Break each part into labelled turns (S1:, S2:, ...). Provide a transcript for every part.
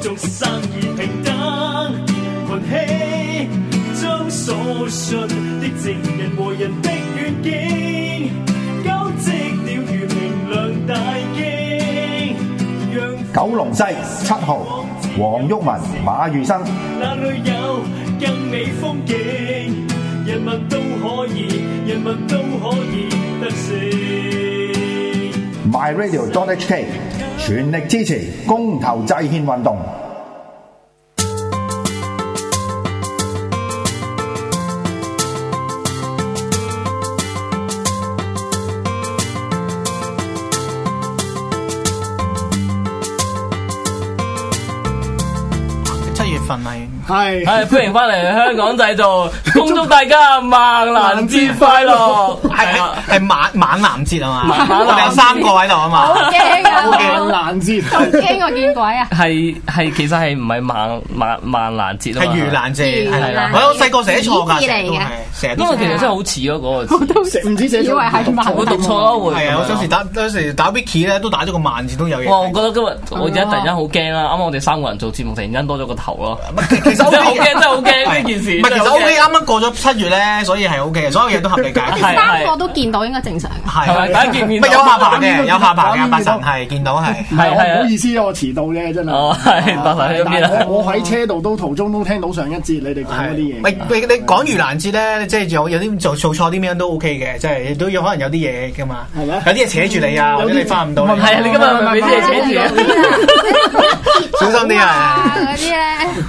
S1: 眾生與平等，群起將所信的正人和人的願景，交織了如明亮大鏡，讓
S2: 九龍西七號，黃毓民、馬玉生，
S1: 那裏有更美風景，人民都可以，人民都可以得勝。
S2: myradio.hk 全力支持公投制憲運動。
S3: 七月份係
S4: 係
S5: 系欢迎翻嚟香港製造，恭祝大家萬能節快樂！ 係啊，
S3: 係係晚晚南節啊嘛，
S5: 晚
S3: 我哋有三個喺度啊
S6: 好
S3: 嘛，
S6: 驚啊！
S4: 好
S6: 我
S4: 難知。
S6: 好驚我見鬼啊！
S5: 係係其實係唔係萬萬萬能節啊
S3: 係
S5: 嘛？
S3: 盂蘭節，係
S6: 盂
S3: 啦
S6: 蘭，
S3: 我我細個寫錯㗎，
S6: 紙字嚟
S3: 成日都係成
S6: 嘅
S3: 日都
S5: 因為其實真係好似嗰個字，
S4: 食唔知寫
S6: 以為係萬
S5: 我讀錯咯會。
S3: 係啊，我有時打有時打 wiki 咧都打咗個萬字都有嘢睇。
S5: 哇！我覺得今日我而家突然間好驚啦，啱啱我哋三個人做節目，突然間多咗個頭咯。
S3: 其 實
S5: 真
S3: O K
S5: 係好驚，真係好驚呢件事。
S3: 唔係，其實 O
S5: 真係好
S3: K，
S5: 驚
S3: 啱啱過咗七月咧，所以係 O K 嘅，所有嘢都合理解決。
S5: 係
S6: 三個都見到應該正常。啊
S3: 係
S5: 係咪？大家見唔見
S3: 唔係有
S5: 到？
S3: 下巴嘅，有下巴嘅，八神係見到係。
S4: 唔係
S5: 係係
S4: 我唔
S5: 啊
S4: 好意思啊，我遲到啫，真係。
S5: 哦係麻煩你嗰邊啊
S4: 但係我我喺車度都途中都聽到上一節你哋講嗰啲嘢。
S3: 喂，你你講盂蘭節咧，即係有有啲做做錯啲咩都 OK 嘅，即係都有可能有啲嘢噶嘛，
S4: 係
S3: 有
S4: 咩
S3: 啲嘢扯住你啊，或者你翻唔到嚟，
S5: 係啊！你今日係咪俾啲嘢扯住啊？
S3: 小心啲啊！
S6: 啊嗰啲咧，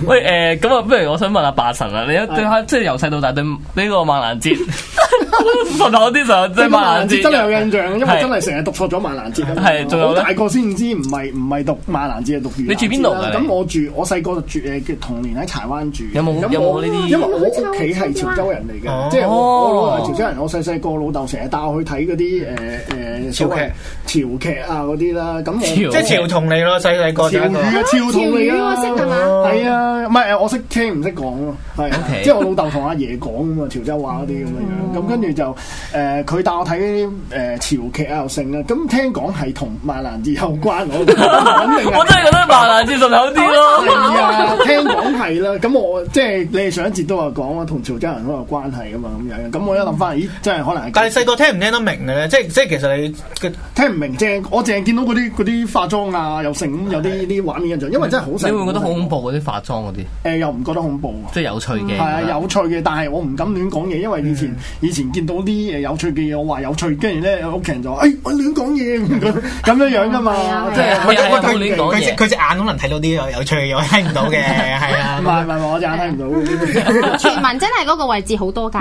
S5: 喂誒，咁啊，不如我想問下八神啦，你一對下即係由細到大對呢個萬能節， 順口啲就即
S4: 即
S5: 係
S4: 係
S5: 萬能節
S4: 真係有印象，因為
S5: 係
S4: 真係成日讀錯咗萬蘭節啊嘛。
S5: 係仲有
S4: 我
S5: 咧
S4: 大個先知，唔係唔係讀萬蘭節，係讀盂蘭節啦啊
S5: 你住邊度㗎你
S4: 咁我住我細個就住誒嘅童年喺柴灣住。
S5: 有冇
S4: 咁
S5: 有冇
S4: 我
S5: 呢啲
S4: 因為我屋企係潮州人嚟
S3: 哦
S4: 嘅，即係我我老豆係潮州人，我細細個老豆成日帶我去睇嗰啲誒誒所謂潮劇啊嗰啲啦。咁
S5: 潮
S4: 我
S3: 即係潮童嚟咯，細細個哦就
S4: 潮
S3: 一個
S4: 語啊，潮同嚟
S6: 潮語
S4: 啊，
S6: 我識㗎嘛
S4: 係啊，唔係我識聽唔識講咯，係啊
S5: OK
S4: 即係我老豆同阿爺講咁啊，潮州話嗰啲咁樣樣，咁跟住就誒佢帶我睇誒潮劇啊又剩啊，咁聽講係同萬蘭節有關，我肯定
S5: 我真係覺得萬能節順口啲咯。
S4: 係啊，聽講係啦，咁我即係你哋上一節都話講啊，同潮州人好有關係噶嘛，咁樣，咁我一諗翻，咦，真係可能係咁，
S3: 但係細個聽唔聽得明嘅咧？即係即係其實你嘅
S4: 聽唔明正，我淨係見到嗰啲嗰啲化妝啊又剩咁有啲啲畫面印象，因為真係好
S6: 啊
S4: 細，
S5: 你會唔會覺得好恐怖嗰啲化妝嗰啲，
S4: 誒又唔覺得恐怖喎
S5: 即係有趣嘅。
S4: 係啊，有趣嘅，但係我唔敢亂講嘢，因為以前、
S6: 嗯
S4: 以前見到啲誒有趣嘅嘢，我話有趣，跟住咧屋企人就話：，誒、我亂講嘢咁 咁樣樣噶嘛
S6: 係啊，
S4: 即係
S5: 係啊係啊
S4: 佢
S5: 冇亂講
S3: 佢
S5: 嘢
S3: 隻佢隻眼可能睇到啲有有趣嘅嘢，我聽唔到嘅，係
S4: 唔
S3: 啊。
S4: 係唔係，我就睇唔到
S6: 傳
S4: 嘅，
S6: 聞真係嗰個位置好多㗎。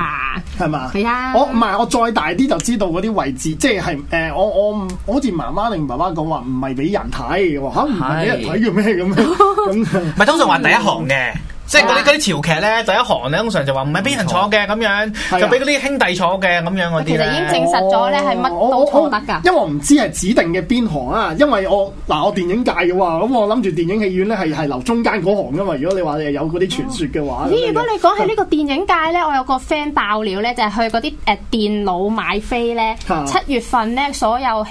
S4: 係嘛？
S6: 係啊
S4: 我唔係我再大啲就知道嗰啲位置，即係係誒，我我唔我好似媽媽定爸爸講話唔係俾人睇，我話嚇唔係俾人睇嘅咩咁 樣咁。
S3: 唔係通常話第一行嘅。即係嗰啲嗰啲潮劇咧，第一行咧通常就話唔係俾人坐嘅咁樣，
S4: 啊
S3: 就俾嗰啲兄弟坐嘅咁樣嗰啲
S6: 其實已經
S3: 咧。
S6: 證實咗咧，係乜
S4: 哦我
S6: 都錯得㗎。
S4: 因為我唔知係指定嘅邊行啊，因為我嗱我電影界嘅話，咁我諗住電影戲院咧係係留中間嗰行噶嘛。如果你話你有嗰啲傳說嘅話，
S6: 咦？如果你講起呢個電影界咧，我有個 friend 爆料咧，就係去嗰啲誒電腦買飛咧，
S4: 嚇
S6: 七月份咧所有誒誒，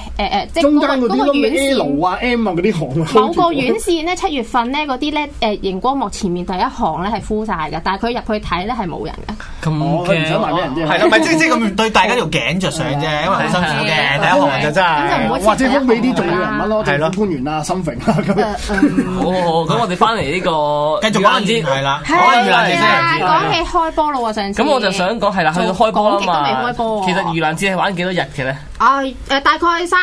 S6: 即係
S4: 中
S6: 嗰
S4: 間嗰
S6: 個
S4: 啲
S6: 嗰個
S4: 乜
S6: 院
S4: 咩 L
S6: 線。
S4: 啊 M 啊嗰啲行啊，
S6: 某個院線咧，七月份咧嗰啲咧，誒熒光幕前面第一行咧係 full 曬嘅，但係佢入去睇咧係冇人嘅。
S5: 咁
S4: 我佢唔哦想賣俾人
S5: 嘅。
S4: 啫，
S3: 係咯，咪即係即係咁啊對大家條頸着想啫，因為好辛苦嘅第一行就真
S6: 咁就唔
S3: 係
S6: 好。
S4: 或者封俾啊啲重要人物咯，
S3: 係
S4: 政
S3: 咯
S4: 府官員啊、心平啊咁樣。
S6: 嗯
S5: 好好好，咁我哋翻嚟呢個
S3: 繼續
S5: 盂蘭
S3: 講
S5: 節
S3: 先係。啦，講完
S6: 係
S3: 盂蘭節
S6: 啊，
S3: 先。
S6: 講起開波啦喎，上次。
S5: 咁我就想講係啦，去到開波啦啊嘛。其實盂蘭節係玩幾多日嘅咧？
S6: 啊誒、大概三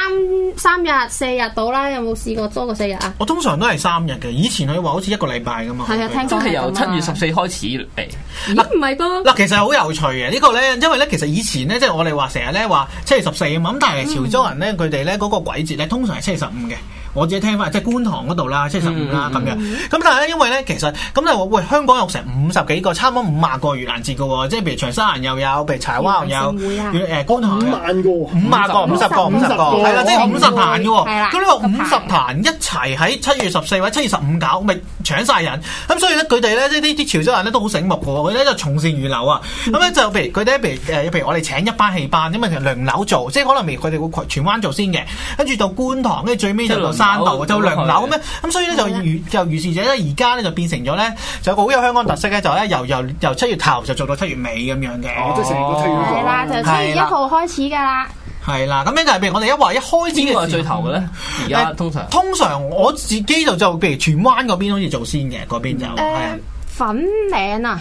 S6: 三日四日到啦，有冇試過多過四日啊？
S3: 我通常都係三日嘅，以前佢話好似一個禮拜噶嘛。
S6: 係啊，聽
S5: 都
S6: 講
S5: 係由
S6: 咁
S5: 七
S6: 啊
S5: 月十四開始嚟。
S6: 咦
S3: 啊
S6: 唔係噃，
S3: 嗱，其實好有趣嘅呢個咧，因為咧其實以前咧，即係我哋話成日咧話七月十四啊嘛，咁但係潮州人咧佢哋咧嗰個鬼節咧通常係七月十五嘅。我自己聽翻即係觀塘嗰度啦，七月十五啦咁樣。咁但係咧，因為咧其實咁就話喂，香港有成五十幾個，差唔多五萬個盂蘭節嘅喎，即係譬如長沙人又有，譬如柴灣又有，
S6: 盂蘭勝會啊
S3: 誒觀塘
S4: 五
S3: 又有
S4: 萬個喎，
S3: 五萬個、五十個、五十個，
S4: 五十個
S3: 係啦，即係五十壇嘅喎。
S6: 係啦
S3: 咁呢個五十壇一齊喺七月十四或者七月十五搞，咪搶晒人。咁所以咧，佢哋咧，即係呢啲潮州人咧都好醒目嘅喎，佢咧就從善如流啊。咁咧就譬如佢哋譬如誒，譬如我哋請一班戲班，因為其實輪流做，即係可能譬如佢哋會荃灣做先嘅，跟住到觀塘，跟住最尾就到
S5: 即
S3: 山度，就
S5: 梁
S3: 梁樓咁樣。咁所以咧就如就如是者咧，而家咧就變成咗咧，就有個好有香港特色咧，就咧由由由七月頭就做到七月尾咁樣
S4: 哦
S3: 嘅。
S4: 即係成個推廣
S6: 係啦，就七月一號開始㗎啦。
S3: 係啦，咁樣就係譬如我哋一話一開始
S5: 邊個
S3: 嘅
S5: 係最
S3: 時候
S5: 頭嘅咧？
S3: 嗯
S5: 而家通常
S3: 通常我自己就就譬如荃灣嗰邊好似做先嘅，嗰邊就係啊
S6: 誒粉嶺啊，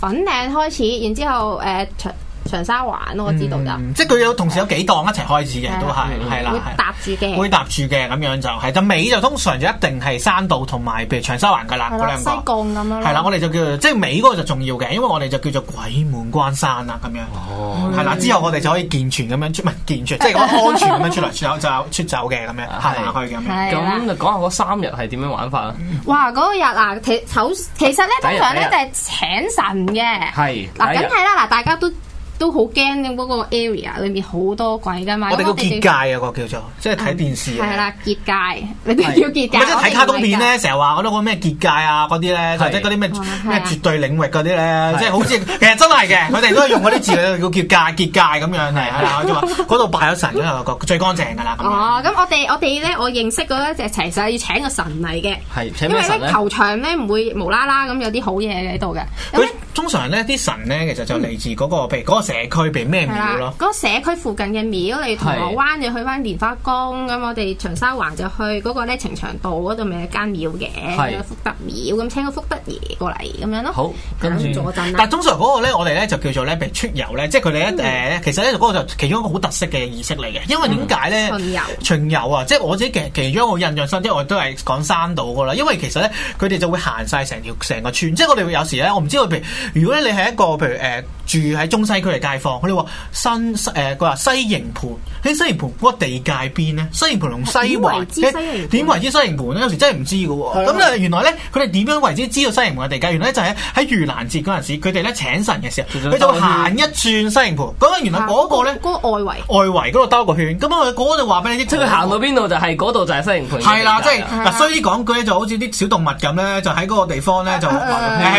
S6: 粉嶺開始，然之後誒長長沙灣我知道就
S3: 嗯即係佢有同時有幾檔一齊開始
S6: 嗯
S3: 嘅，都係係啦，
S6: 會
S3: 係
S6: 搭住嘅，
S3: 會搭住嘅咁樣就係，就尾就通常就一定係山道同埋譬如長沙灣噶啦
S6: 係
S3: 嗰
S6: 啦，
S3: 兩
S6: 西
S3: 個
S6: 貢。咁樣啦。
S3: 係啦，我哋就叫做即係尾嗰個就重要嘅，因為我哋就叫做鬼門關山啦咁樣。哦，係啦，之後我哋就可以健全咁樣出，唔係健全，即係咁樣安全咁樣出嚟，出走就出走嘅咁樣，行嚟去咁樣。
S6: 係啦
S5: 咁就講下嗰三日係點樣玩法啦？啊
S6: 哇！嗰日啊，其頭其實咧
S5: 第一日
S6: 通常咧
S5: 第
S6: 就
S5: 一
S6: 係請神嘅。
S5: 係
S3: 哎
S5: 第
S6: 嗱，
S5: 一
S6: 梗
S5: 日
S6: 係啦，嗱，大家都都好驚嗰個 area 裏面好多鬼噶嘛。
S3: 我哋叫
S6: 咁就
S3: 結界啊，個叫做即係睇電視啊
S6: 嗯係。啦，結界，你哋叫結
S3: 唔
S6: 界。
S3: 係即係睇卡通片
S6: 我哋唔係㗎
S3: 咧，成日話嗰啲個咩結界啊嗰啲咧，或者嗰啲咩
S6: 係
S3: 咩
S6: 啊
S3: 絕對領域嗰啲咧，即係好似其實真係嘅，佢哋都係用嗰啲字叫結界結界咁樣係係啦，就話嗰度拜咗神嗰度最乾淨㗎啦咁樣。
S6: 哦哦，咁我哋我哋咧，我認識嗰一隻其實要請個神嚟嘅，
S5: 係請
S6: 因
S5: 咩
S6: 為
S5: 神咧
S6: 咧？球場咧唔會無啦啦咁有啲好嘢喺度嘅。
S3: 佢
S6: 咁咧
S3: 通常咧啲神咧其實就嚟自嗰個譬如嗰個社區，譬如咩
S6: 係
S3: 廟
S6: 啦
S3: 咯，
S6: 嗰個社區附近嘅廟，你銅鑼灣就去翻蓮花宮，咁我哋長沙灣就去嗰個咧呈祥道嗰度咪有間廟嘅，
S5: 係
S6: 有福德廟，咁請個福德爺過嚟咁樣咯。
S5: 好跟住
S6: 咁坐陣啦
S3: 但。通常嗰個咧，我哋咧就叫做咧，譬如出遊咧，即係佢哋
S6: 嗯
S3: 咧誒，其實咧嗰個就其中一個好特色嘅儀式嚟嘅，因為點解咧？
S6: 嗯巡遊
S3: 巡遊啊，即係我自己其其中一個印象深，即係我都係講山道噶啦，因為其實咧佢哋就會行晒成條成個村，即係我哋會有時咧，我唔知道譬如如果咧你係一個譬如誒、呃住喺中西區嘅街坊，佢哋話新西誒佢話西營盤喺西營盤嗰個地界邊咧，西營盤同西環
S6: 點為之西營盤
S3: 點為之啊西營盤咧？有時真係唔知嘅喎。
S4: 係啊
S3: 咁咧原來咧佢哋點樣為之知道西營盤嘅地界？原來呢就係喺盂蘭節嗰陣時，佢哋咧請神嘅時候，佢就會行一轉西營盤。咁啊原來嗰個咧
S6: 嗰個外圍。
S3: 外圍嗰度兜個圈，咁啊嗰個就話俾你知，
S5: 即係佢行到邊度就係嗰度就係西營盤。
S3: 啊係啦，即係啊
S6: 係
S3: 嗱，
S6: 啦
S3: 衰啲講句咧，就好似啲小動物咁咧，就喺嗰個地方咧就誒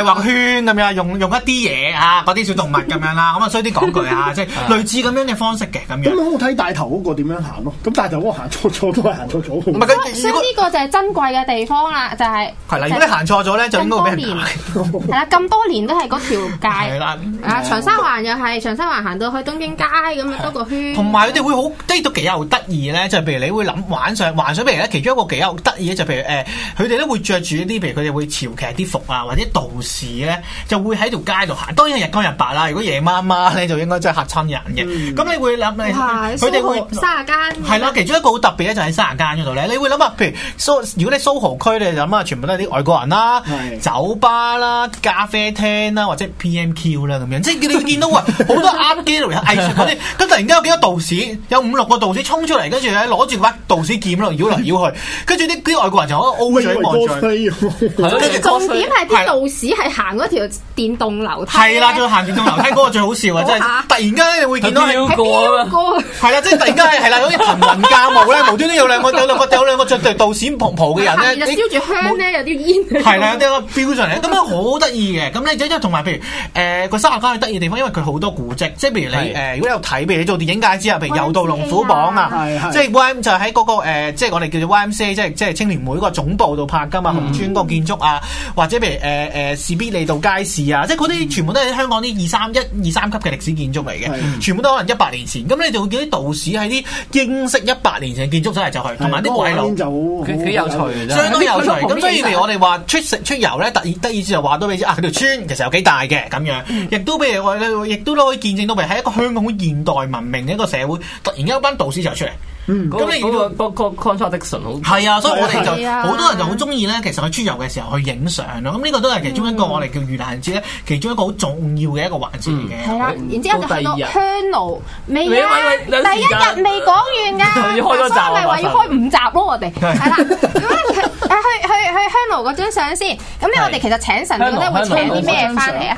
S3: 畫個圈咁樣，用用一啲嘢啊，嗰啲小動物咁樣啦，咁啊衰啲講句 啊，即係類似咁樣嘅方式嘅咁
S4: 咁
S3: 樣。
S4: 好睇大頭嗰個點樣行咯？咁大頭嗰個行錯錯都係行錯咗嘅
S3: 唔
S4: 喎。
S3: 係佢
S6: 啊所
S3: 啊如
S6: 以
S3: 果
S6: 呢個就係珍貴嘅地方啦，就係
S3: 係啦，如果你行錯咗咧，就應該會俾人打。
S6: 係啦，咁多年都係嗰條
S3: 係
S6: 界。
S3: 啦。
S6: 啊，長沙環又係長沙環行到去東京街咁樣兜個圈。
S3: 同埋佢哋會好低到幾有得意咧，就係譬如你會諗玩上幻想，譬如咧其中一個幾有得意咧，就譬如誒，呃佢哋咧會着住一啲譬如呃佢哋會潮劇啲服啊，或者道士咧就會喺條街度行。當然係日光日白啦，如果夜媽媽咧就應該真係嚇親人嘅。咁、你會諗你
S6: 哇！
S3: 佢哋會。
S6: 卅間。
S3: 係啦，其中一個好特別咧，就喺沙間嗰度咧，你會諗下，譬如蘇，如果你蘇豪區，你就諗下，全部都係啲外國人啦、
S4: 係
S3: 酒吧啦、咖啡廳啦，或者 PMQ 啦咁樣，即係你會見 到話好多 art gallery 藝術嗰啲，咁突然間有幾個道士，有五六個道士衝出嚟，跟住咧攞住把道士劍喺度 繞嚟繞去，跟住啲啲外國人就喺度 O
S4: 我以為
S3: 嘴 望住佢。
S4: cosplay 喎。
S5: 係咯
S3: 跟住
S6: 重點係啲道士係行嗰條電動樓梯。
S3: 係啦，仲要行電動樓梯嗰個最好 笑啊！真係
S6: 哇
S3: 突然間你會見到係。
S5: 佢
S6: 係
S5: 飆過啊
S6: 邊
S5: 嘛。
S6: 個？
S3: 係啦，即係突然間係係啦，好似騰雲駕霧咧，無端端有兩個有兩個有兩個着對道士袍袍嘅
S6: 下
S3: 人 咧，
S6: 面就
S3: 你
S6: 燒住香咧，有啲煙。
S3: 係啦，有啲個標上嚟，咁樣好得意嘅。咁咧，即係同埋譬如誒個沙亞街嘅得意嘅地方，因為佢好多古蹟，即係譬如你
S5: 係
S3: 誒，如果你有睇，譬如你做電影界之後，譬如
S6: 我有
S3: 有道龍虎榜
S4: 知
S3: 啊
S4: 啊，
S3: 即係 Y 就喺嗰個誒，即係我哋叫做 YMCA，即係即係青年會個總部度拍㗎嘛，紅磚嗰個建築啊，或者譬如誒誒士必利道街市啊，即係嗰啲全部都係香港啲二三一二三級嘅歷史建築嚟嘅，
S4: 係
S3: 全部都可能一百年前。咁你就會見啲道士喺啲英式一百年前嘅建築走嚟走去，同埋啲鬼
S4: 嗰個畫
S3: 佬
S4: 面。就好
S5: 佢幾有趣嘅
S3: 相
S5: 真係
S3: 當有趣。咁所以譬如我哋話出食出遊咧，特意得意思就話到俾你知啊，佢條村其實有幾大嘅咁樣，亦都譬如我哋亦都可以見證到，譬如喺一個香港好現代文明嘅一個社會，突然間有班導師就出嚟。
S5: 嗰個
S3: 咁你
S5: 嗰個嗰個 contradiction 好
S3: 係啊，所以我哋就
S6: 係啊
S3: 好多人就好中意咧，其實去出遊嘅時候去影相咯。咁呢個都係其中一個我哋叫盂蘭節咧，其中一個好重要嘅一個環節嚟嘅。
S6: 係啦，然之後就去到香爐，未啊
S5: 喂喂？
S6: 第
S5: 喂有
S6: 一
S5: 時間
S6: 日未講完㗎，
S5: 又要開多集啊
S6: 所以咪話要開五集咯，我哋
S3: 係
S6: 係啦。咁啊去去去去香爐嗰張相先。咁咧，我哋其實請神，你覺得會請啲咩翻嚟啊？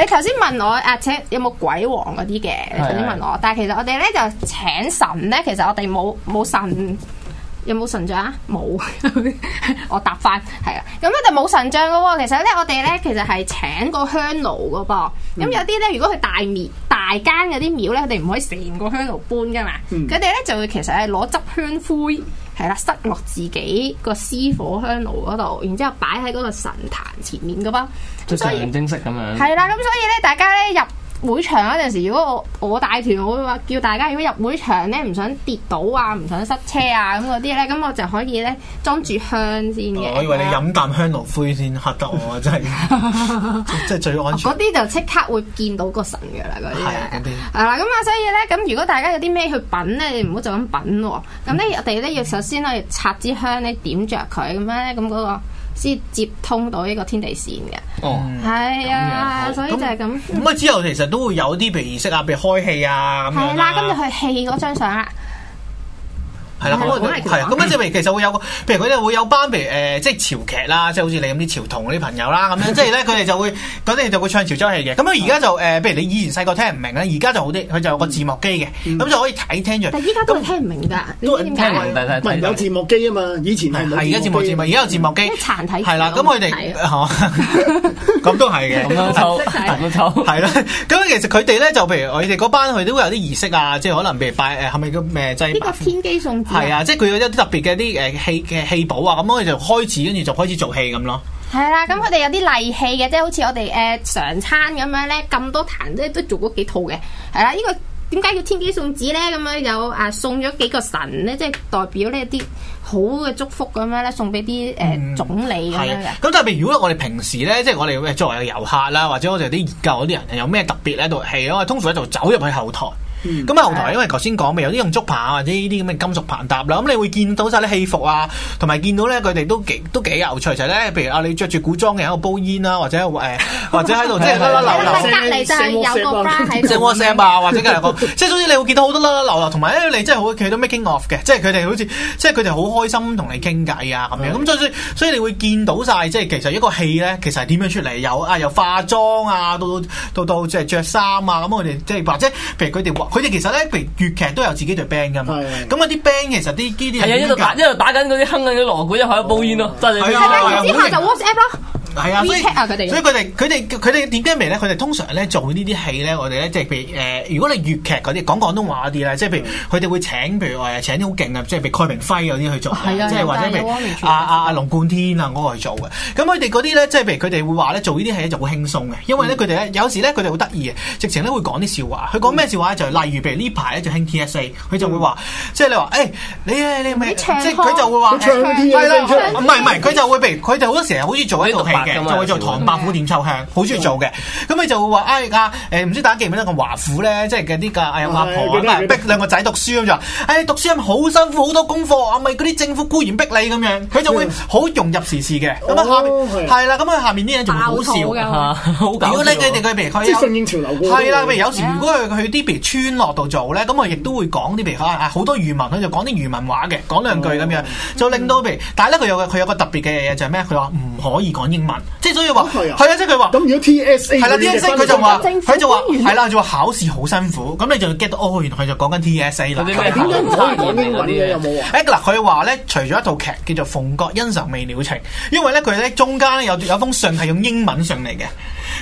S6: 你頭先問我啊，請有冇鬼王嗰啲嘅？你頭先問我，但係其實我哋咧就請神咧，其實我哋冇冇神。有冇神像啊？冇， 我答翻係啦。咁咧就冇神像噶喎。其實咧，我哋咧其實係請個香爐噶噃。咁、有啲咧，如果佢大廟大間嗯嗰啲廟咧，佢哋唔可以成個香爐搬噶嘛。佢哋咧就會其實係攞執香灰係啦，塞落自己個私火香爐嗰度，然之後擺喺嗰個神壇前面噶噃。
S5: 即
S6: 咁
S5: 係
S6: 所以
S5: 象徵式咁樣。
S6: 係啦，咁所以咧，大家咧入會場嗰陣時，如果我我帶團，我會話叫大家如果入會場咧唔想跌倒啊，唔想塞車啊咁嗰啲咧，咁我就可以咧裝住香先嘅。
S3: 嗯哦我以為你飲啖香爐灰先嚇得我，真係即係最安全
S6: 嗰。啲就即刻會見到個神嘅啦，嗰
S3: 係
S6: 啲
S3: 啊嗰啲
S6: 係啦，咁啊，所以咧，咁如果大家有啲咩去品咧，你唔好就咁品喎。咁咧，我哋咧要首先咧要插支香咧點着佢，咁樣咧，咁嗰個先接通到呢個天地線嘅。
S5: 哦，
S3: 嗯
S6: 係
S5: 咁樣
S6: 啊，
S5: 好
S6: 所以就係咁。
S3: 咁佢之後其實都會有啲譬如儀式啊，譬如開戲啊咁樣
S6: 係啦，咁就去戲嗰張相啦。
S3: 係啦，
S6: 係啦
S3: 咁
S6: 咁
S3: 啊
S6: 嚟講
S3: 係啊咁啊即係譬如其實會有個，譬如佢哋會有班譬如誒即係潮劇啦，即係好似你咁啲潮童嗰啲朋友啦，咁樣即係咧佢哋就會嗰啲就會唱潮州戲嘅。咁啊而家就誒，譬如你以前細個聽唔明咧，而家就好啲，佢就有個字幕機嘅，咁就可以睇聽住。
S6: 但依家都係聽唔明㗎，你知點
S5: 聽
S6: 解
S5: 唔明
S6: 啊？
S5: 但係
S4: 唔係
S5: 睇
S4: 有字幕機啊嘛，以前
S3: 係
S4: 係冇
S3: 而家字幕字
S4: 機
S3: 幕，而家有字幕機
S6: 嗯即係殘體字
S3: 係啦，咁
S6: 我
S3: 佢
S6: 唔
S3: 哋
S6: 睇啊
S3: 嚇咁都係 嘅，
S5: 咁樣抽，咁樣抽。
S3: 係啦，咁其實佢哋咧就譬如我哋嗰班佢都會有啲儀式啊，即係可能譬如拜誒係咪叫咩祭
S6: 呢個天機送子
S3: 係。啊，即係佢有啲特別嘅啲誒戲嘅戲寶啊，咁佢就開始跟住就開始做戲咁咯。
S6: 係啦，咁佢哋有啲例戲嘅，即係好似我哋誒、呃常餐咁樣咧，咁多壇咧都做過幾套嘅。係啦，呢、個點解叫天機送子咧？咁樣有啊送咗幾個神咧，即係代表呢一啲好嘅祝福咁樣咧，送俾啲誒總理咁
S3: 係
S6: 樣
S3: 啊
S6: 嘅。，
S3: 咁但係如果我哋平時咧，即係我哋喂作為遊客啦，或者我哋啲研究嗰啲人有咩特別咧度戲，我哋通常咧就走入去後台。咁啊後台，因為頭先講咪有啲用竹棚啊或者呢啲咁嘅金屬棚搭啦，咁你會見到晒啲戲服啊，同埋見到咧佢哋都幾都幾有趣，就係咧，譬如啊你着住古裝嘅喺度煲煙啦，或者誒或者喺度即係甩甩流流
S6: 咁。隔離就係有個 bra 喺
S3: 即係
S6: 度。
S3: WhatsApp 啊，或者係個， 即係總之你會見到好多啦啦流啊流，同埋咧你真係好，佢都 making off 嘅，即係佢哋好似，即係佢哋好開心同你傾偈啊咁樣，咁所以所以你會見到晒，即係其實一個戲咧，其實係點樣出嚟，有啊由化妝啊，到到到即係着衫啊，咁我哋即係或者譬如佢哋佢哋其實咧，譬如粵劇都有自己隊 band 噶嘛，
S4: 係
S3: 咁嗰啲 band 其實啲呢啲
S5: 係啊，一路打一路打緊嗰啲哼緊啲鑼鼓，一路喺度煲煙咯，揸住
S3: 係啊
S6: 係啦，
S3: 係啊
S6: 然之後就 WhatsApp 咯。
S3: 係啊，所以
S6: WeChat 啊佢哋
S3: 所以佢哋佢哋佢哋點解明咧？佢哋通常咧做呢啲戲咧，我哋咧即係譬如誒，如果你粵劇嗰啲講廣東話嗰啲咧，即係
S6: 嗯
S3: 譬如佢哋會請譬如誒請啲好勁啊，即係譬如蓋明輝嗰啲去做
S6: 係
S3: 嘅，
S6: 啊
S3: 即係或者
S6: 有㗎
S3: 譬
S6: 有汪明
S3: 如
S6: 荃
S3: 啊啊啊龍貫天啊嗰個去做嘅。咁佢哋嗰啲咧，即係譬如佢哋會話咧做呢啲戲咧就好輕鬆嘅，因為咧佢哋咧有時咧佢哋好得意嘅，直情咧會講啲笑話。佢講咩笑話呢就係例如譬如呢排咧就興 TSA，佢就會話即係你話誒你你咪
S6: 嗯你
S3: 即
S6: 唱
S3: 係
S6: 腔
S3: 佢就會話
S4: 佢唱嗰啲嘢
S3: 係啦，
S4: 出嚟
S3: 唔係唔係，佢就會譬如佢哋好多時候好似做一套戲
S5: 獨白㗎
S3: 嘅，
S5: 嘛
S3: 就會做
S5: 有時會
S3: 唐伯虎點秋香，好中意做嘅。咁佢就會話：哎啊誒，唔知大家記唔記得個華府咧，即係嗰啲嘅哎呀阿婆
S4: 係記
S3: 咁
S4: 得
S3: 啊逼
S4: 記得
S3: 兩個仔讀書咁就話：哎讀書係咪好辛苦，好多功課啊，咪嗰啲政府固然逼你咁樣，佢就會好融入時事嘅。咁啊下面
S4: 嗯哦係
S3: 係啦，咁啊下面啲嘢仲好
S6: 爆
S3: 笑
S6: 肚㗎
S3: 嚇。
S5: 啊好搞
S3: 如
S5: 笑
S3: 果你佢哋佢譬如佢
S4: 即係
S3: 有
S4: 順應潮流嗰個
S3: 係啦，譬如有時如果佢去啲譬如村落度做咧，咁我亦都會講啲譬如啊好多漁民，佢就講啲漁民話嘅，講兩句咁
S4: 哦
S3: 樣，就令到譬如，但係咧佢有個佢有個特別嘅嘢就係咩？佢話唔可以講英文，即係所以話
S4: 哦係啊
S3: 係啊，即係佢話
S4: 咁如果 TSA
S3: 係啦
S4: 嗰嘅
S3: ，TSA 佢就話
S6: 政府
S3: 佢就話
S6: 官員
S3: 係啦，就話考試好辛苦，咁你就 get 到哦，原來佢就講緊 TSA 啦
S5: 嗰。啲咩
S4: 點解唔可以講英文嘅？有冇啊？
S3: 誒嗱，佢話咧，除咗一套劇叫做《鳳閣恩仇未了情》，因為咧佢咧中間咧有有封信係用英文信嚟嘅，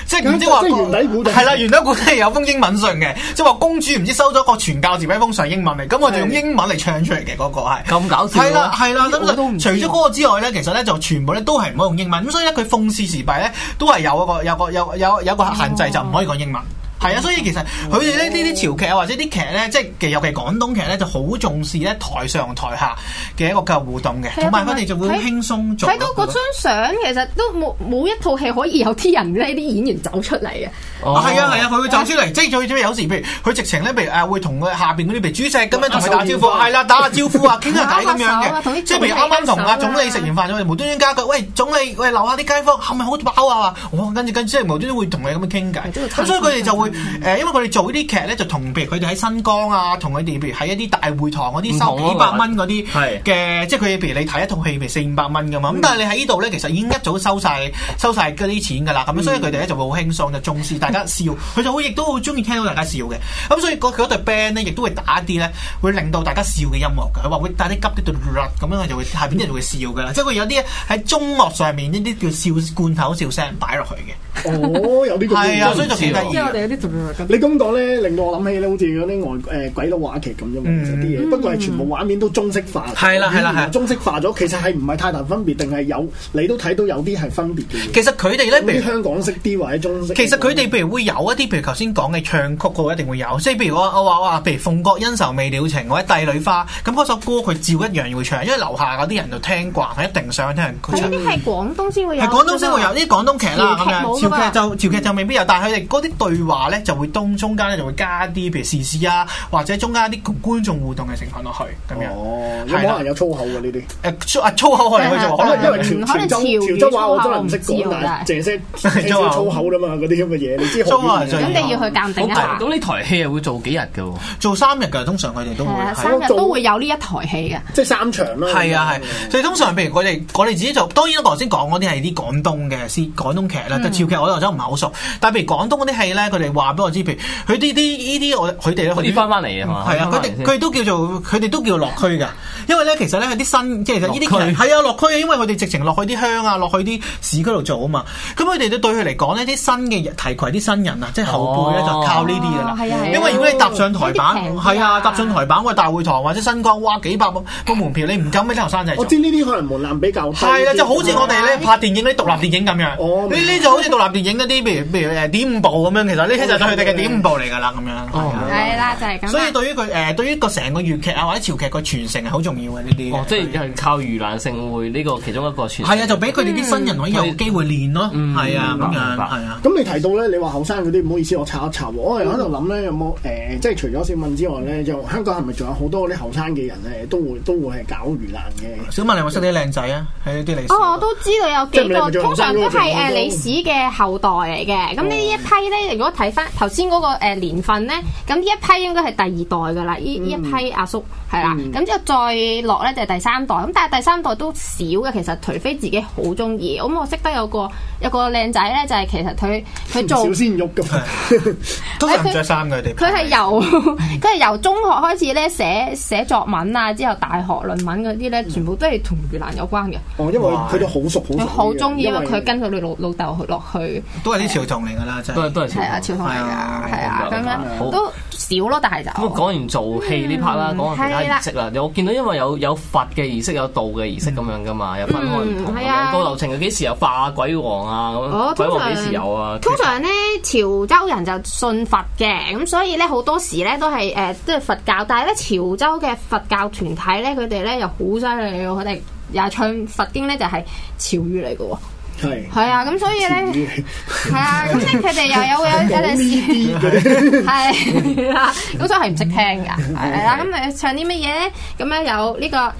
S3: 即係唔知話
S4: 嗯即係原底古仔
S3: 係啦，原底古仔係有封英文信嘅，即係話公主唔知收咗個傳教士俾封信英文嚟，咁我就用
S4: 係
S3: 英文嚟唱出嚟嘅嗰個係。
S5: 咁搞笑
S3: 係啦，係啦，咁
S5: 我都唔知
S3: 除咗嗰個之外咧，其實咧就全部咧都係唔可以用英文，咁所以咧佢諷刺時弊咧都係有一個有個有有有一個
S6: 哦
S3: 限制，就唔可以講英文。係啊，所以其實佢哋咧呢啲潮劇啊，或者啲劇咧，即係尤其廣東劇咧，就好重視咧台上台下嘅一個嘅互動嘅，
S6: 係啊
S3: 同埋佢哋就會好
S6: 同埋
S3: 輕鬆做咯。
S6: 睇到嗰張相，其實都冇冇一套戲可以有啲人呢啲演員走出嚟嘅。
S5: 哦
S3: 啊，係啊，係啊，佢會走出嚟，即係最最有時，譬如佢直情咧，譬如誒會同佢下邊嗰啲譬如主席咁樣同佢打招呼，係啦，打下招呼啊，傾下偈咁
S6: 打下手啊
S3: 樣
S6: 同
S3: 嘅，
S6: 啲
S3: 即係譬如啱啱同阿總理食完飯咗，無端端加句，喂總理，喂樓下啲街坊係咪好飽啊？我跟住跟住即係無端端會同你咁樣傾偈，咁所以佢哋就會誒，因為佢哋做呢啲劇咧，就同譬如佢哋喺新江啊，同佢哋譬如喺一啲大會堂嗰啲收
S5: 唔同啊
S3: 幾百蚊嗰啲
S5: 係
S3: 嘅，即係佢譬如你睇一套戲譬如四五百蚊噶嘛，咁但係你喺呢度咧，其實已經一早收晒收晒嗰啲錢㗎啦，咁樣所以佢哋咧就會好輕鬆，就重視大家笑，佢就好亦都好中意聽到大家笑嘅，咁所以嗰嗰隊 band 咧亦都會打一啲咧會令到大家笑嘅音樂嘅，佢話會帶啲急啲嘟嘟嘟咁樣，佢就會下邊啲人就會笑㗎啦，即係佢有啲喺中樂上面呢啲叫笑罐頭笑聲擺落去嘅，
S4: 哦，有呢個
S3: 係啊，所以就
S5: 真係
S3: 幾
S5: 唔知喎
S3: 得意嘅。
S6: 哋有啲
S4: 你咁講咧，令到我諗起咧，好似嗰啲外誒鬼佬話劇咁啫嘛，其實啲嘢，不過係全部畫面都中式化，
S3: 嗯
S4: 嗯
S3: 係啦係啦係啦
S4: 中式化咗，其實係唔係太大分別，定係有你都睇到有啲係分別嘅嘢。
S3: 其實佢哋咧，
S4: 有
S3: 譬
S4: 啲
S3: 如。
S4: 香港式啲或者中式，
S3: 其實佢哋譬如會有一啲，譬如頭先講嘅唱曲嘅，一定會有。即係譬如我我話哇，譬如《鳳閣恩仇未了情》或者《帝女花》，咁嗰首歌佢照一樣會唱，因為樓下嗰啲人就聽慣，係一定想聽人佢
S6: 係
S3: 唱
S6: 呢。啲係廣東先會有，
S3: 係廣東先會有呢啲廣東劇啦，咁樣
S6: 潮劇冇㗎
S3: 潮劇就潮劇就未必有，但係佢哋嗰啲對話咧就會當中間咧就會加啲譬如時事啊，或者中間一啲同觀眾互動嘅成分落去咁樣。
S4: 哦，有
S3: 係
S4: 可
S3: 啦
S4: 能，有粗口嘅呢啲。
S3: 誒粗啊粗口可能佢就
S6: 係
S4: 可能因為
S6: 嗯
S4: 潮
S6: 可
S4: 潮
S6: 能
S4: 州
S6: 潮語
S4: 潮州話我真係唔識
S6: 粗口我唔
S4: 講
S6: 知，啊
S4: 但係淨係識 聽少粗口啫嘛，嗰啲咁嘅嘢，你知學
S3: 粗口係
S4: 語
S3: 最
S6: 咁
S4: 言啊
S6: 你要去鑑定一下
S5: 咁。咁呢台戲係會做幾日嘅喎？
S3: 做三日㗎，通常佢哋都會
S6: 係啊，
S3: 係
S6: 三日都會有呢一台戲嘅。
S4: 即係三場啦。
S3: 係啊係，所以通常譬如我哋我哋自己就當然我頭先講嗰啲係啲廣東嘅先廣東劇啦，但潮劇我又真唔係好熟。但係譬如廣東嗰啲戲咧，佢哋話俾我知，譬如佢啲啲呢啲我佢哋咧，佢
S5: 我
S3: 哋
S5: 啲翻翻嚟啊嘛，
S3: 係啊，佢哋佢哋都叫做佢哋都叫落區㗎，因為咧其實咧有啲新即係呢啲
S5: 落區
S3: 人係啊落區啊，因為佢哋直情落去啲鄉啊，落去啲市區度做啊嘛。咁佢哋對對佢嚟講呢啲新嘅人提携啲新人啊，即係後輩咧
S5: 哦
S3: 就靠呢啲㗎啦
S6: 哦。係啊係啊
S3: 因為如果你搭上台
S6: 呢啲
S3: 板，
S6: 平啲啊
S3: 係啊搭上台板喂大會堂或者新光，哇幾百蚊個門票，你唔夠咩啲後生仔做？
S4: 我知呢啲可能門檻比較低啲。
S3: 係啦，就好似我哋咧拍電影嗰啲獨立電影咁樣，
S4: 哦
S3: 呢呢就好似獨立電影嗰啲，譬如譬如誒點五部咁樣，其實呢啲就係佢哋嘅點五部嚟㗎啦，咁樣。
S5: 哦
S3: 係啊
S6: 係啦，就係咁
S3: 所以
S6: 啦。
S3: 對於佢誒，對於個成個粵劇啊或者潮劇個傳承係好重要嘅呢啲。
S5: 哦，即係係靠盂蘭盛會呢個其中一個傳承
S3: 係啊，就俾佢哋啲新人可以有機會練咯。
S5: 嗯
S3: 係啊，咁
S5: 明白
S3: 樣
S5: 明白
S3: 係啊。
S4: 咁你提到咧，你話後生嗰啲唔好意思，我插一插喎。我又喺度諗咧，有冇誒、呃即係除咗小敏之外咧，就香港係咪仲有好多嗰啲後生嘅人咧，都會都會係搞盂蘭嘅？
S3: 小敏，你有冇識啲靚仔啊？喺啲歷史。
S6: 哦，我都知道有幾個，通常都係誒李史嘅後代嚟嘅。
S3: 哦
S6: 咁呢一批咧，如果睇翻頭先嗰個誒年份咧，咁呢一批應該係第二代噶啦，
S3: 嗯
S6: 呢呢一批阿叔係啦。咁之後再落咧就係第三代，咁但係第三代都少嘅，其實除非自己好中意。咁我識得有個有個靚仔咧，就係其實佢佢做
S4: 小。鮮肉咁，
S3: 通常唔着衫嘅佢哋。
S6: 佢係由佢係由中學開始咧寫寫作文啊，之後大學論文嗰啲咧，全部都係同越南有關嘅。
S4: 哦，因為佢都好熟好熟
S6: 佢
S4: 呢啲人。
S6: 好中意，因為佢
S4: 跟
S6: 跟佢老老豆去落去，
S3: 都係啲潮童嚟㗎啦，真
S5: 都係
S3: 係。
S5: 都係
S6: 係啊，潮
S5: 潮
S6: 同嚟
S3: 係
S6: 噶，
S3: 啊
S6: 係啊，咁
S5: 明白明
S6: 樣
S5: 白
S6: 都少咯，但係就
S5: 咁啊講完做戲呢 part 啦，
S6: 嗯
S5: 講下其
S6: 係
S5: 他
S6: 啦
S5: 儀式啦。我見到因為有有佛嘅儀式，有道嘅儀式咁樣噶嘛，有分開唔同咁
S6: 嗯係
S5: 樣。
S6: 啊
S5: 個流程係幾時有化鬼王啊？
S6: 哦
S5: 咁鬼
S6: 通常
S5: 王幾時有啊？
S6: 通常咧，潮州人就信佛嘅，咁所以咧好多時咧都係誒，即、係佛教。但係咧，潮州嘅佛教團體咧，佢哋咧又好犀利喎，佢哋又係唱佛經咧，就係潮語嚟嘅喎。
S4: 係。
S6: 係啊，咁所以咧。係啊，咁咧佢哋又有有有陣時係啦，咁所以係唔識聽㗎，
S3: 嗯
S6: 係啦，咁誒唱啲乜嘢咧？咁咧有呢個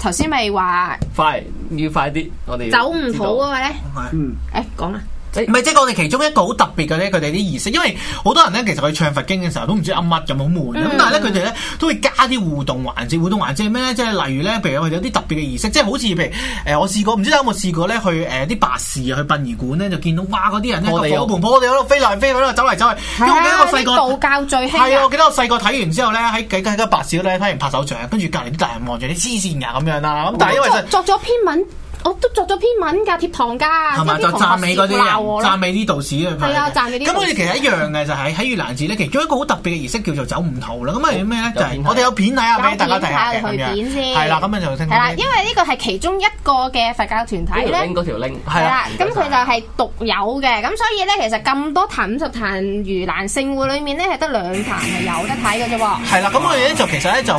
S6: 頭先咪話
S5: 快要快啲，我哋
S6: 走唔
S5: 知道
S6: 好啊嗰個咧，
S3: 係
S4: 嗯，
S6: 誒講啦，
S3: 唔係即係我哋其中一個好特別嘅咧，佢哋啲儀式，因為好多人咧其實佢唱佛經嘅時候都唔知噏乜咁好悶咁，但係咧佢哋咧都會加啲互動環節，互動環節係咩咧？即係例如咧，譬如我哋有啲特別嘅儀式，即係好似譬如誒，我試過唔知你有冇試過咧去誒啲白事啊，去殯儀館咧就見到哇嗰啲人咧個
S5: 我哋有
S3: 火盆我哋喺度飛嚟飛去，喺度走嚟走去，因為我記得我細個
S6: 係啊啲道教最興
S3: 係啊，
S6: 啊
S3: 我記得我細個睇完之後咧喺喺喺個白事咧睇完拍手掌，跟住隔離啲大人望住你黐線㗎咁樣啦，咁但係因為就
S6: 作作咗篇文，我都作咗篇文㗎，貼堂㗎，
S3: 係嘛？
S6: 啊即
S3: 就
S6: 係啲同學
S3: 讚美嗰啲
S6: 笑鬧我
S3: 人，
S6: 咯
S3: 讚美啲道士嘅佢哋
S6: 係啊讚美啲
S3: 咁
S6: 道
S3: 我
S6: 士
S3: 哋其實一樣嘅，就係喺盂蘭節咧，其中一個好特別嘅儀式叫做走唔途啦。咁係咩咧？就
S5: 有
S3: 係
S5: 片睇
S3: 我哋有片睇啊，
S6: 有
S3: 俾大家睇下嘅
S6: 片睇
S3: 咁
S6: 去片
S3: 樣。
S6: 先
S3: 係啦，咁樣就聽
S6: 係啦，
S3: 講
S6: 因為呢個係其中一個嘅佛教團
S5: 呢
S6: 體
S5: 條
S6: 咧
S5: link。嗰條 link 啊
S3: 係
S6: 係啦
S3: 啦，
S6: 咁佢就係獨有嘅，咁所以咧，其實咁多壇五十壇盂蘭盛會裏面咧，係得兩壇係有得睇嘅啫喎。
S3: 係啦，咁我哋咧就其實咧就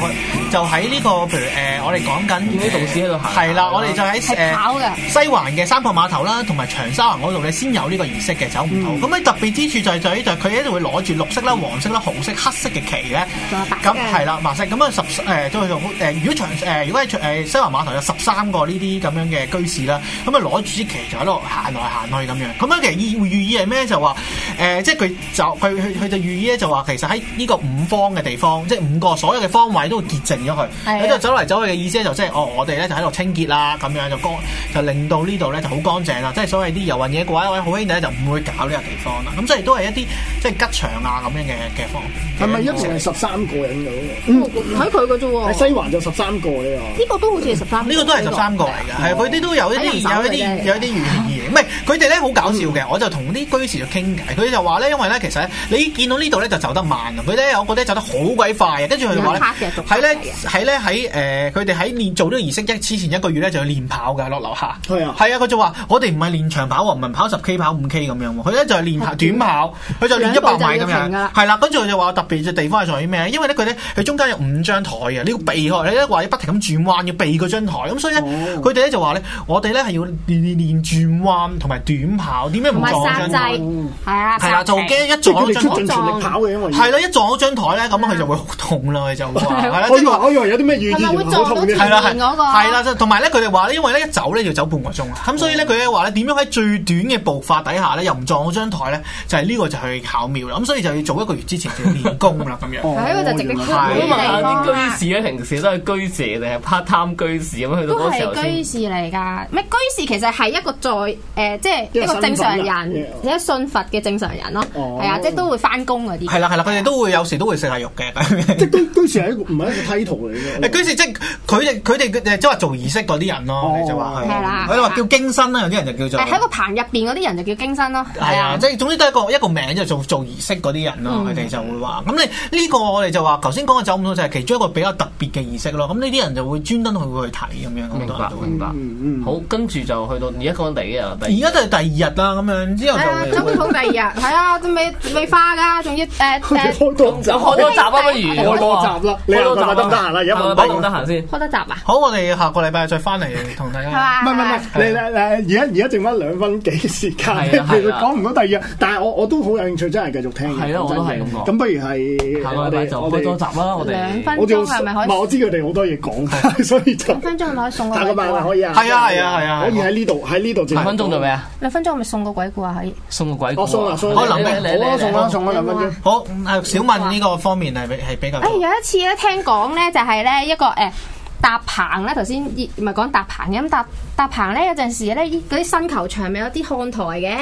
S3: 就喺呢個譬如誒，我哋講緊
S5: 見到道士喺度行啊
S3: 係啦，我哋就喺
S6: 係啊跑嘅
S3: 西環嘅三角碼頭啦，同埋長沙灣嗰度咧先有呢個儀式嘅走唔
S6: 嗯
S3: 途。咁咧特別之處就係在於就係佢一定會攞住綠色啦、黃色啦、紅色、黑色嘅旗咧
S6: 仲有白，色
S3: 咁
S6: 嘅
S3: 係啦，白色咁啊十誒都去到誒，如果長誒如果喺長誒西環碼頭有十三個呢啲咁樣嘅居士啦，咁啊攞住支旗就喺度行來行去咁樣。咁啊樣其實意寓意係咩？就話誒，即係佢就佢佢佢就寓意咧就話其實喺呢個五方嘅地方，即係五個所有嘅方位都潔淨咗佢，
S6: 係啊
S3: 喺度走嚟走去嘅意思就即係哦，我哋咧就喺度清潔啦，咁樣就乾，就令到呢度咧就好乾淨啦。即係所謂啲遊魂野鬼或者好兄弟咧就唔會搞呢個地方啦。咁所以都係一啲即係吉祥啊咁樣嘅嘅方。
S4: 係咪一定
S3: 啊
S4: 係十三個人嘅嗰個？
S6: 嗯睇佢嘅啫喎，
S4: 喺西環就十三個呢個。
S6: 呢個都好似係十三，哦
S3: 呢個都係十三個嚟㗎，係佢啲都有一啲
S6: 睇人手
S3: 有
S6: 嗯
S3: 一
S6: 嘅
S3: 啲
S6: 啫
S3: 有一啲寓意嘅。唔係佢哋咧好搞笑嘅，我就同啲居士傾偈，佢就話咧，因為咧其實呢你見到呢度咧就走得慢啊，佢咧我覺得走得好鬼快啊，跟住佢就話咧
S6: 有黑
S3: 喺
S6: 嘅
S3: 咧喺咧喺誒佢哋喺練做呢個儀式一之前一個月咧就要練跑㗎，落樓下
S4: 係啊
S3: 係啊，佢就話我哋唔係練長跑喎，唔係跑十 K 跑五 K 咁樣喎，佢咧就係練跑短跑，佢就練一百米咁
S6: 兩步就要停㗎
S3: 樣
S6: 啦。
S3: 係啦，跟住佢就話特別嘅地方係在於咩？因為咧佢咧佢中間有五張台嘅，你要避開，你咧話要不停咁轉彎，要避嗰張台，咁所以咧
S4: 哦
S3: 佢哋咧就話咧，我哋咧係要練練練轉彎同埋短跑，點解唔
S6: 同埋
S3: 撞
S6: 殺
S3: 張台？
S6: 掣，係啊，
S3: 係啦，就
S6: 機。
S3: 驚一
S4: 即係
S3: 撞
S4: 佢
S3: 嗰
S4: 哋出
S3: 張
S4: 盡
S3: 台。
S4: 全力跑嘅，因為
S3: 係啦，一撞嗰張台咧，咁佢就會好痛啦，佢就 話係啦，啊
S4: 我
S3: 即
S4: 以
S3: 係
S4: 為
S3: 話
S4: 我以為有啲咩寓意，
S6: 係咪
S4: 原
S6: 會
S4: 來好痛
S6: 撞
S4: 嘅
S6: 到。
S3: 係啦，係
S6: 前面啊嗰個
S3: 係啦，同埋咧，佢哋話咧，因為咧一走咧要走半個鐘啊，咁所以咧佢哋話咧點樣喺最短嘅步伐底下咧又唔撞嗰張台咧，就係呢個就係巧妙啦，咁所以就要做一個月之前就要練功啦咁樣。
S4: 哦
S6: 喺啊度就直接
S4: 原來
S6: 跳
S5: 咁
S3: 係
S5: 問下啊啲
S6: 啦
S5: 居士咧，平時都係居士定係 part time 居士咁樣去到
S6: 都
S5: 嗰個時候
S6: 係居
S5: 先。
S6: 士嚟㗎，唔係居士其實係一個在誒、呃即係一
S4: 一個
S6: 個正常
S4: 身份
S6: 人
S4: 啊，
S6: 一信佛嘅正常人咯，係、
S4: 哦
S6: 啊，即係都會翻工嗰啲。
S3: 係啦啊係啦，佢哋都會有時都會食下肉嘅。
S4: 即係居居士係一個唔係一個 title 嚟
S3: 誒
S4: 嘅。
S3: 居士即係佢哋佢哋誒即係話做儀式嗰啲人咯，
S4: 哦
S3: 你就話係
S6: 係啦
S3: 佢哋話叫經身啦，有啲人就叫做
S6: 誒喺個棚入邊嗰啲人就叫經身咯，
S3: 係啊，即係總之都係一個一個名，就做做儀式嗰啲人
S6: 嗯
S3: 咯，佢哋就會話。咁你呢個我哋就話頭先講嘅走唔到就係其中一個比較特別嘅儀式咯。咁呢啲人就會專登去會去睇咁樣，好
S5: 明
S3: 多人
S5: 白
S3: 都會
S5: 明白
S4: 嗯嗯。
S5: 好，跟住就去到而家講你啊，
S3: 而
S5: 第
S3: 家都係第二日啦，咁樣之後
S6: 係啊，
S3: 就
S6: 中
S3: 會
S6: 土第二日係啊，都未未花㗎，仲要誒
S4: 佢
S6: 誒
S4: 哋開多集，
S5: 有好多集啊，不如
S6: 開多
S4: 集啦你
S5: 開多集
S4: 係咪得唔得閒啊而家問
S5: 係咪得唔得閒先？
S6: 開多集啊，
S3: 好。我哋下個禮拜再翻嚟同大
S6: 係啊
S3: 家。
S6: 嘛？
S4: 唔係唔係唔係，你你你而家而家剩翻兩分幾時間， 其
S5: 係啊係啊
S4: 實講唔到第二樣，但係我我都好有興趣，真係繼續聽嘅。
S5: 係咯我都係
S4: 真嘅
S5: 咁講
S4: 咁不如係
S5: 下個禮拜就
S4: 我
S5: 開
S4: 哋
S5: 多集啦，我
S6: 兩
S5: 哋
S6: 分
S4: 我哋
S6: 鐘
S4: 我
S6: 係咪可
S4: 哋
S6: 以
S4: 唔？係我知佢哋好多嘢講， 所以就
S6: 兩分鐘係咪可以送個
S4: 下個
S6: 鬼故
S4: 晚
S6: 啊？
S4: 可以啊。
S3: 係啊係啊係啊
S4: 可以喺呢度喺呢度整
S5: 兩分鐘做咩？啊？
S6: 兩分鐘係咪送個鬼故啊？可以
S5: 送個鬼故啊。
S4: 我哦送啦送啦，
S3: 我諗
S5: 你你
S4: 好啊
S5: 你
S4: 送啦送啦兩分鐘。
S3: 好，啊小敏呢個方面係比係比較
S6: 誒、有一次咧，聽講咧就係咧一個誒、搭棚咧，頭先唔係講搭棚嘅，咁搭搭棚咧有陣時咧嗰啲新球場咪有啲看台嘅，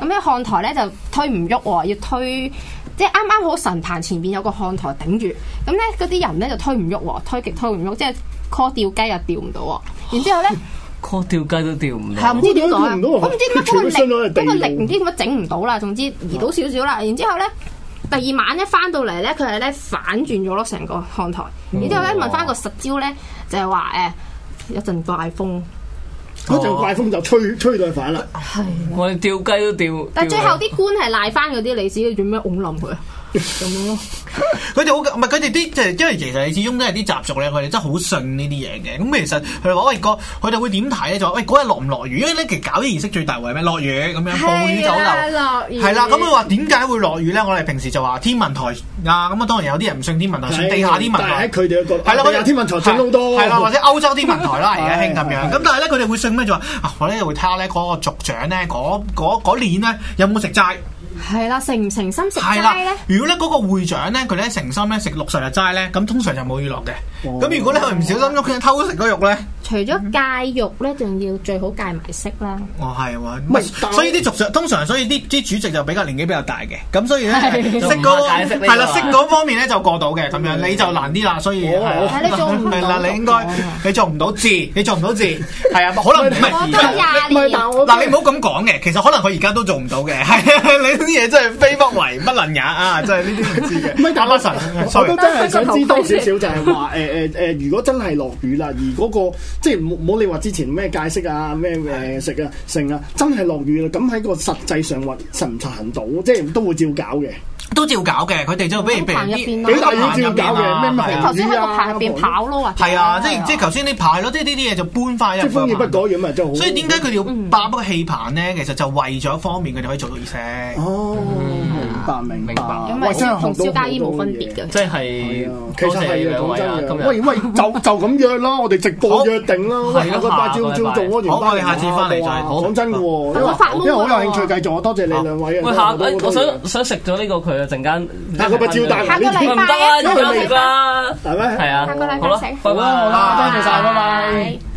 S6: 咁咧看台咧就推唔喐喎，要推。即係啱啱好神棚前邊有個看台頂住，咁咧嗰啲人咧就推唔喐喎，推極推唔喐，即係 call 吊雞又吊唔到喎。然之後咧
S5: call 吊雞都吊唔
S6: 係啊
S5: 到
S6: 唔。知點講啊
S4: 吊唔到喎
S6: 我唔知點解
S4: 全部
S6: 嗰
S4: 伸
S6: 個
S4: 咗
S6: 力嗰個力唔
S4: 去地度
S6: 知點解整唔到啦，總之移到少少
S3: 啊
S6: 啦。然之後咧，第二晚咧翻到嚟咧，佢係咧反轉咗咯成個看台。
S3: 嗯
S6: 然之後咧問翻個實招咧，就係話誒有陣怪風，
S4: 嗰陣怪風就吹吹到佢反 啦，
S5: 我哋吊雞都吊。
S6: 但係最
S5: 吊
S6: 後啲官係賴翻嗰啲李子，你做咩拱冧佢啊？咁樣咯，
S3: 佢哋好唔係佢哋啲即係因為其實你始終都係啲習俗咧，佢哋真係好信呢啲嘢嘅。咁其實佢哋話喂個佢哋會點睇咧？就話喂嗰日落唔落雨？因為咧其實搞啲儀式最大鑊係咩？落雨咁樣
S4: 啊
S3: 暴雨走
S6: 啦，
S3: 漏。
S6: 落雨
S3: 係啦，咁佢話點解會落雨咧？我哋平時就話天文台啊，咁啊當然有啲人唔信天文台，信地下天文
S4: 但係
S3: 台
S4: 喺。佢哋嘅角度，
S3: 係啦，
S4: 地
S3: 佢
S4: 下
S3: 哋
S4: 天文台整好多，
S3: 係啦，或者歐洲天文台 啦，而家興咁樣。
S4: 係
S3: 咁但係咧，佢哋會信咩？就話啊，我咧會睇下咧嗰個族長咧，嗰嗰嗰年咧有冇食齋。
S6: 係啦，成唔成心食
S3: 係
S6: 齋
S3: 啦
S6: 咧？，
S3: 如果咧嗰個會長咧，佢咧誠心咧食六十日齋咧，咁通常就冇魚落嘅。
S4: 哦
S3: 咁、如果咧佢唔小心喐偷食嗰肉咧，
S6: 除咗戒肉咧，仲要最好戒埋色啦。
S3: 哦係喎，唔
S4: 唔係但
S3: 係，所以啲族長通常所以啲啲主席就比較年紀比較大嘅，咁所以咧識
S5: 就唔
S3: 嗰
S5: 怕解釋呢個
S3: 係啦，識嗰方面咧就過到嘅，咁樣你就難啲啦，所以
S4: 哦
S3: 係啦
S6: 係啊你做唔到
S3: 係啦，你應
S6: 族
S3: 該
S6: 長啊
S3: 你做唔到字，你做唔到字，係啊，可能唔
S6: 我
S3: 係
S6: 都
S3: 嗱
S6: 廿
S4: 唔係
S6: 年，
S4: 但我
S3: 嗱，你唔好咁講嘅，其實可能佢而家都做唔到嘅，係啊你啲嘢真係非不為不能也啊，真係呢啲唔知嘅。
S4: 唔係但係
S3: 阿 Larson，
S4: 我
S3: sorry
S4: 都真係想知多少少，就係話誒誒誒，如果真係落雨啦，而嗰、個即係唔好理話之前咩解釋啊、咩誒食啊、剩啊，真係落雨啦，咁喺個實際上話實唔實行到，即係都會照搞嘅。
S3: 都照搞嘅，佢哋就譬如譬
S6: 棚
S3: 如
S6: 入
S3: 啲
S6: 邊
S4: 咯
S3: 棚入邊啊
S4: 咩棚
S3: 係
S6: 頭
S3: 啊
S6: 先喺個棚入邊跑咯，或者
S3: 係啊，即係即係頭先啲牌咯，即係呢啲嘢就搬翻
S4: 即
S3: 入
S4: 係風雨
S3: 去
S4: 不
S3: 棚。
S4: 改咁啊，真係好。
S3: 所以點解佢哋要霸不個氣棚咧？其實就為咗方便佢哋可以做到儀式。
S4: 哦，明白明
S5: 明
S4: 白
S5: 白。
S6: 咁咪
S4: 真係
S6: 同
S4: 學到
S6: 蕭嘉怡
S4: 好
S6: 冇
S4: 多
S6: 分
S4: 嘢
S6: 別嘅。
S5: 即係啊
S4: 其
S5: 多
S4: 實啊
S5: 謝
S4: 係啊，
S5: 兩
S4: 講
S5: 位
S4: 真
S5: 啊，今
S4: 嘅。喂
S5: 日
S4: 喂，就就咁約啦，我哋直播約定啦。
S5: 好
S4: 喂下個禮拜
S5: 係
S4: 照
S5: 咯下個禮
S4: 照
S5: 拜
S4: 做嗰
S3: 好
S4: 完
S3: 我哋下次返嚟再好
S4: 講真嘅喎，因為
S6: 我發夢
S4: 因為我有
S6: 喎
S4: 興趣繼續，我多謝你兩位啊。
S5: 喂
S4: 真係
S5: 下，
S4: 好多
S5: 哎我
S4: 好多嘢
S5: 想想食咗呢個佢啊，陣間
S4: 下個禮拜照帶
S6: 下
S4: 埋
S6: 個
S4: 呢
S5: 喂
S4: 啲
S6: 禮
S5: 唔得啊啦，而家唔食啦，
S6: 拜一
S4: 係咩？
S5: 係啊，
S6: 下個禮拜
S5: 好啦
S6: 食，
S5: 拜拜，
S4: 啊好啦好啦多謝晒拜拜
S6: 拜。